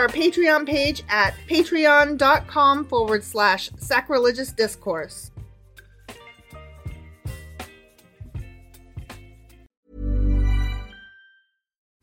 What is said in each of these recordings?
our Patreon page at patreon.com forward slash sacrilegious discourse.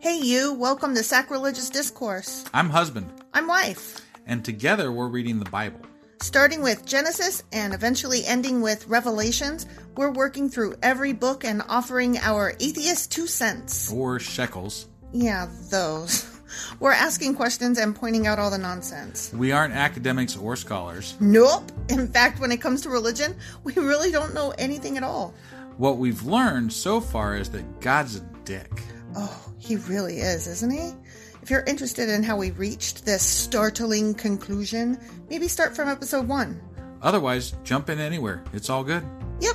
Hey, you, welcome to Sacrilegious Discourse. I'm husband, I'm Wife, and together we're reading the Bible. starting with Genesis and eventually ending with Revelations. We're working through every book and offering our atheist two cents. Or shekels. Yeah, those. We're asking questions and pointing out all the nonsense. We aren't academics or scholars. Nope. In fact, when it comes to religion, we really don't know anything at all. What we've learned so far is that God's a dick. Oh, he really is, isn't he? If you're interested in how we reached this startling conclusion, maybe start from episode one. Otherwise, jump in anywhere. It's all good. Yep.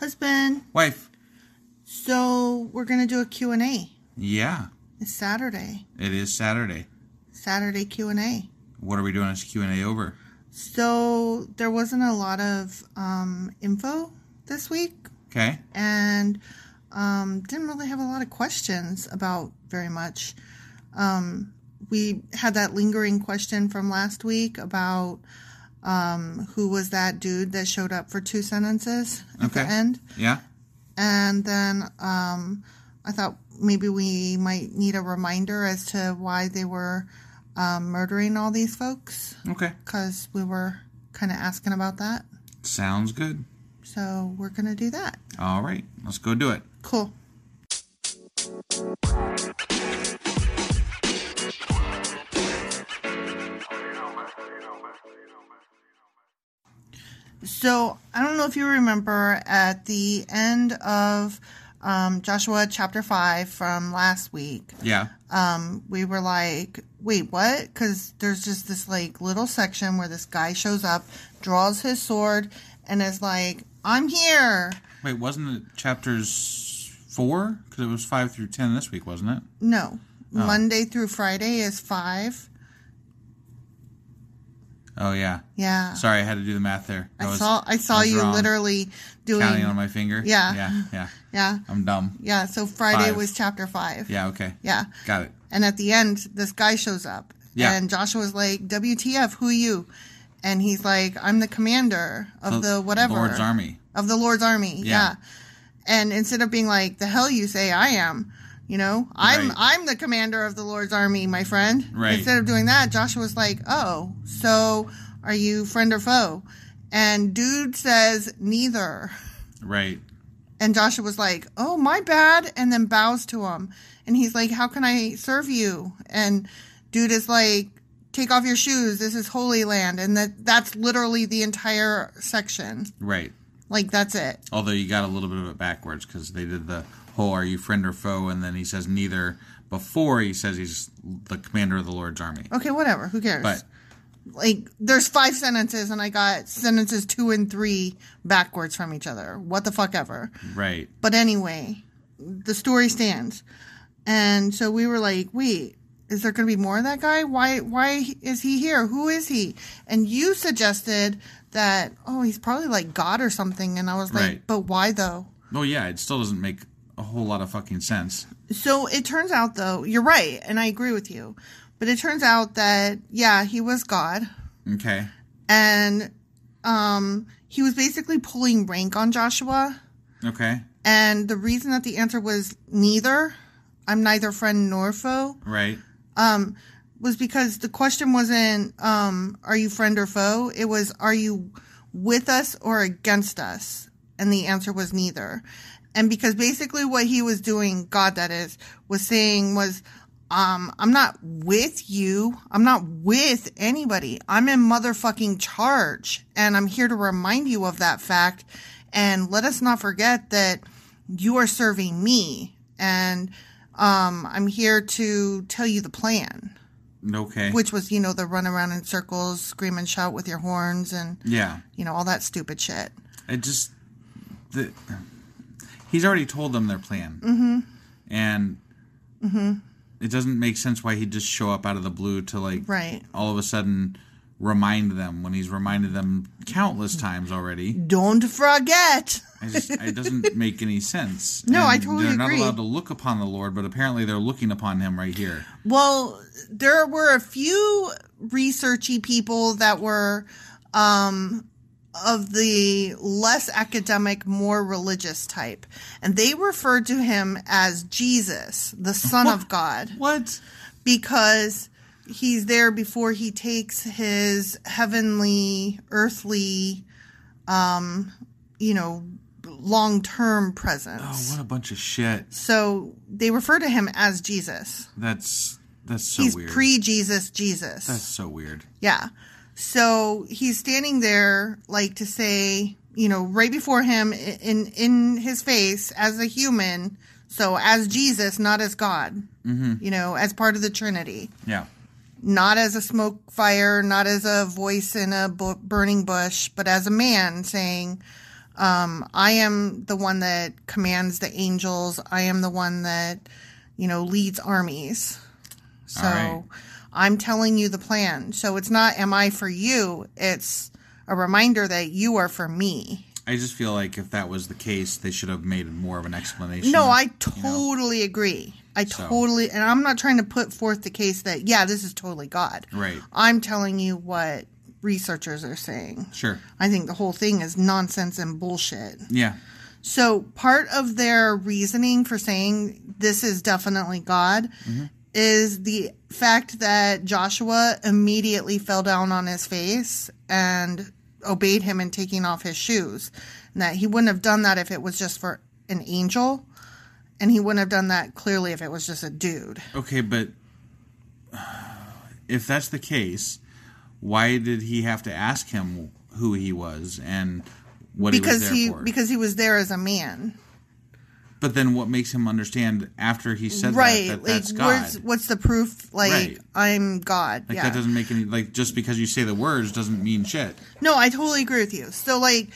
Husband, Wife, so we're going to do a Q&A. yeah, It's Saturday. it is Saturday. Saturday Q&A. What are we doing as Q&A over? So there wasn't a lot of um, info this week Okay. and um, didn't really have a lot of questions about very much. Um, we had that lingering question from last week about um, who was that dude that showed up for two sentences at the Okay. end. Yeah. And then um, I thought maybe we might need a reminder as to why they were um, murdering all these folks Okay. because we were kind of asking about that. Sounds good. So we're going to do that. All right, let's go do it. Cool. So I don't know if you remember at the end of um, Joshua chapter five from last week, Yeah. um, we were like, wait, what? Because there's just this like little section where this guy shows up, draws his sword, and is like, I'm here. Wait, wasn't it chapters four? Because it was five through ten this week, wasn't it? No. Monday through Friday is five. Oh yeah. Yeah. Sorry, I had to do the math there. I, was- saw I saw was you wrong. literally doing counting on my finger. Yeah. Yeah. Yeah. Yeah. I'm dumb. Yeah. So Friday Five. was chapter five. Yeah. Okay. Yeah. Got it. And at the end, this guy shows up. Yeah. And Joshua's like, WTF, who are you? And he's like, I'm the commander of the, whatever. Lord's army. Of the Lord's army. Yeah. Yeah. And instead of being like, the hell you say I am, you know, I'm Right. I'm the commander of the Lord's army, my friend. Right. Instead of doing that, Joshua's like, oh, so are you friend or foe? And dude says, neither. Right. And Joshua was like, "Oh, my bad," and then bows to him. And he's like, "How can I serve you?" And dude is like, "Take off your shoes. This is holy land." And that that's literally the entire section. Right. Like that's it. Although you got a little bit of it backwards because they did the whole "Are you friend or foe?" and then he says neither before he says he's the commander of the Lord's army. Okay, whatever. Who cares? But like there's five sentences and I got sentences 2 and 3 backwards from each other. What the fuck ever. right. But anyway, the story stands. And so we were like, wait, is there going to be more of that guy? Why why is he here? Who is he? And you suggested that oh, he's probably like God or something and I was like, Right. but why though? Oh yeah, it still doesn't make a whole lot of fucking sense. So it turns out though, you're right and I agree with you. But it turns out that yeah, he was God Okay. and um he was basically pulling rank on Joshua Okay. and the reason that the answer was neither, I'm neither friend nor foe. Right. Um, was because the question wasn't um are you friend or foe it was are you with us or against us and the answer was neither and because basically what he was doing god that is was saying was um i'm not with you i'm not with anybody i'm in motherfucking charge and i'm here to remind you of that fact and let us not forget that you are serving me and um i'm here to tell you the plan Okay. which was you know the run around in circles scream and shout with your horns and yeah. you know all that stupid shit It just the he's already told them their plan, mm-hmm. and Mm-hmm. it doesn't make sense why he'd just show up out of the blue to like right all of a sudden remind them when he's reminded them countless times already. don't forget I just it doesn't make any sense. No, I And totally They're not agree. allowed to look upon the Lord, but apparently they're looking upon him right here. well there were a few researchy people that were um of the less academic more religious type and they referred to him as jesus the son of god What? because he's there before he takes his heavenly earthly um you know long-term Oh, presence what a bunch of shit. so they refer to him as jesus That's that's so he's weird. pre-jesus jesus that's so weird. yeah so he's standing there like to say you know right before him i- in in his face as a human so as jesus not as god Mm-hmm. you know as part of the trinity Yeah. not as a smoke fire, not as a voice in a bu- burning bush, but as a man saying, um, I am the one that commands the angels. I am the one that, you know, leads armies. So All right. I'm telling you the plan. So it's not, am I for you? It's a reminder that you are for me. I just feel like if that was the case, they should have made more of an explanation. No, I totally agree. I totally, and I'm not trying to put forth the case that, yeah, this is totally God. Right. I'm telling you what researchers are saying. Sure. I think the whole thing is nonsense and bullshit. Yeah. So, part of their reasoning for saying this is definitely God Mm-hmm. is the fact that Joshua immediately fell down on his face and obeyed him in taking off his shoes. And that he wouldn't have done that if it was just for an angel. And he wouldn't have done that clearly if it was just a dude. Okay, but if that's the case, why did he have to ask him who he was and what he was because there he for. because he was there as a man, but then what makes him understand after he said right? that, that like, that's where's, God? what's the proof? Like, Right. I'm God. Like yeah. that doesn't make any like just because you say the words doesn't mean shit. no, I totally agree with you. So, like,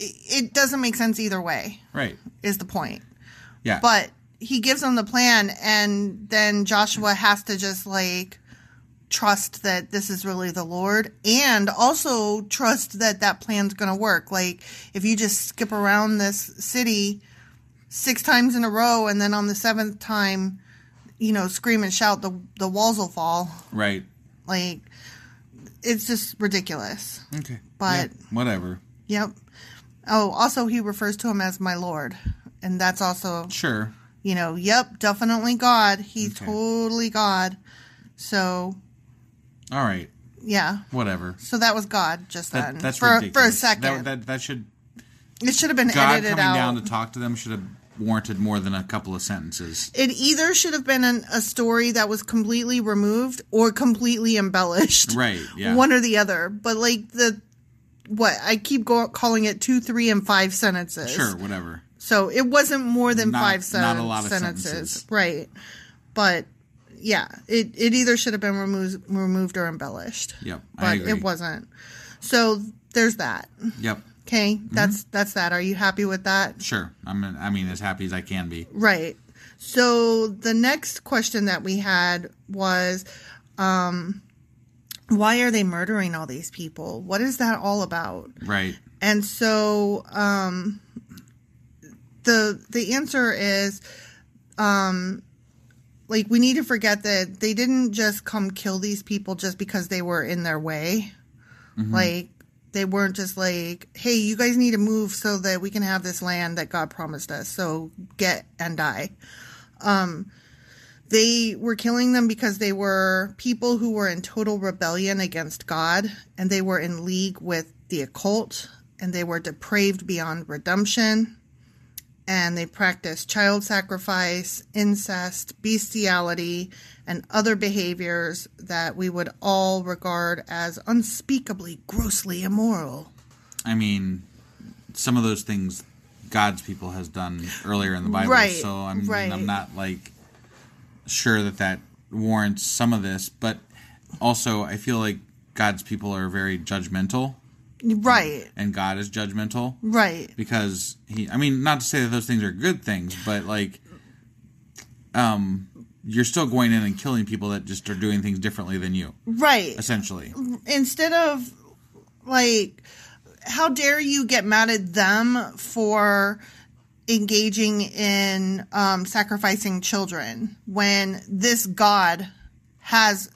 it, it doesn't make sense either way. Right. Is the point? Yeah. But he gives them the plan, and then Joshua has to just like trust that this is really the Lord, and also trust that that plan's going to work. Like, if you just skip around this city six times in a row, and then on the seventh time, you know, scream and shout, the the walls will fall. Right. Like, it's just ridiculous. Okay. But- Yeah, whatever. Yep. Oh, also he refers to him as my Lord, and that's also Sure. you know, yep, definitely God. He's Okay. totally God. So, All right. yeah. Whatever. So that was God just then. That, that's for, ridiculous. for a That- second. that that should it should have been God edited coming out. down to talk to them should have warranted more than a couple of sentences. it either should have been an, a story that was completely removed or completely embellished. Right, yeah. One or the other. But like the what I keep go- calling it two, three, and five sentences. Sure, whatever. So it wasn't more than Not- five sen- not a lot of sentences. sentences. right? But yeah, it it either should have been removed, removed or embellished. Yep, but I agree. it wasn't. So there's that. Yep. Okay, Mm-hmm. that's that's that. Are you happy with that? Sure. I'm I mean as happy as I can be. Right. So the next question that we had was, um, why are they murdering all these people? What is that all about? Right. And so um, the the answer is um, like we need to forget that they didn't just come kill these people just because they were in their way. Like they weren't just like, "Hey, you guys need to move so that we can have this land that God promised us." So get and die. Um they were killing them because they were people who were in total rebellion against God and they were in league with the occult and they were depraved beyond redemption and they practiced child sacrifice, incest, bestiality, and other behaviors that we would all regard as unspeakably grossly immoral. I mean some of those things God's people has done earlier in the Bible. Right, So I'm right. I'm not like sure that that warrants some of this, but also I feel like God's people are very judgmental Right, and God is judgmental right. because he I mean not to say that those things are good things, but like um you're still going in and killing people that just are doing things differently than you, Right. essentially. Instead of like, how dare you get mad at them for engaging in um, sacrificing children when this God has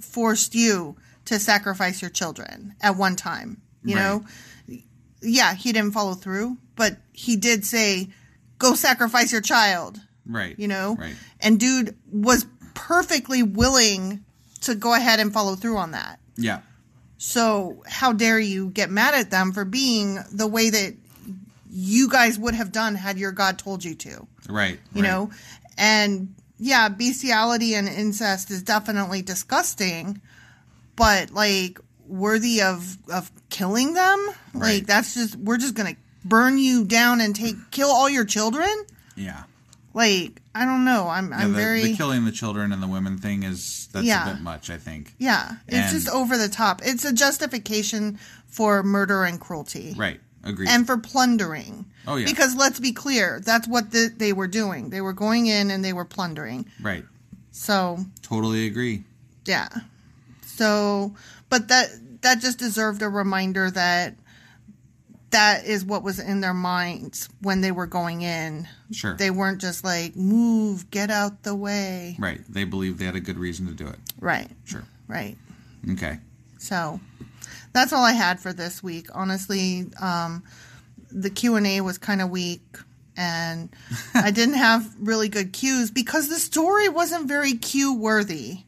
forced you to sacrifice your children at one time? You Right. know? Yeah, he didn't follow through, but he did say, go sacrifice your child Right. you know Right. and dude was perfectly willing to go ahead and follow through on that Yeah. so how dare you get mad at them for being the way that you guys would have done had your god told you to you Right. right. know and yeah bestiality and incest is definitely disgusting but like worthy of of killing them like Right. that's just we're just gonna burn you down and take kill all your children Yeah. like i don't know i'm Yeah, i'm the, very the killing the children and the women thing is that's Yeah. a bit much, I think. Yeah, it's And- just over the top. It's a justification for murder and cruelty. Right. Agreed. And for plundering. Oh, yeah. Because let's be clear, that's what the, they were doing. They were going in and they were plundering. right. So, Totally agree. yeah. So, but that that just deserved a reminder that that is what was in their minds when they were going in. Sure. They weren't just like, "Move, get out the way." right. They believed they had a good reason to do it. Right. Sure. Right. Okay. So that's all I had for this week. Honestly, um, the Q and A was kind of weak, and I didn't have really good cues because the story wasn't very cue worthy.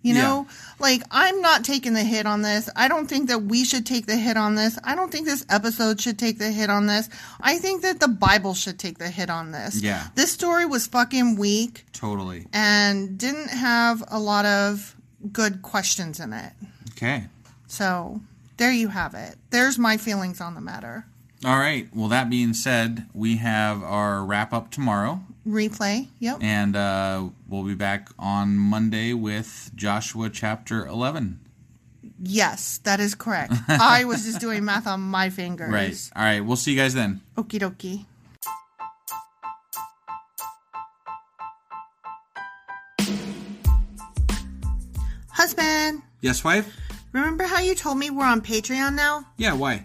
You Yeah. know, like I'm not taking the hit on this. I don't think that we should take the hit on this. I don't think this episode should take the hit on this. I think that the Bible should take the hit on this. Yeah. This story was fucking weak Totally. and didn't have a lot of good questions in it. Okay. So there you have it. There's my feelings on the matter. All right. Well, that being said, we have our wrap up tomorrow, Replay. Yep. and uh, we'll be back on Monday with Joshua chapter 11. Yes, that is correct. I was just doing math on my fingers. Right. All right. We'll see you guys then. Okie dokie. Husband, Yes, wife? remember how you told me we're on Patreon now? Yeah, why?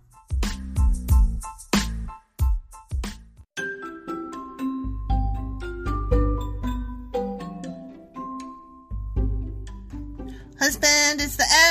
Husband, it's the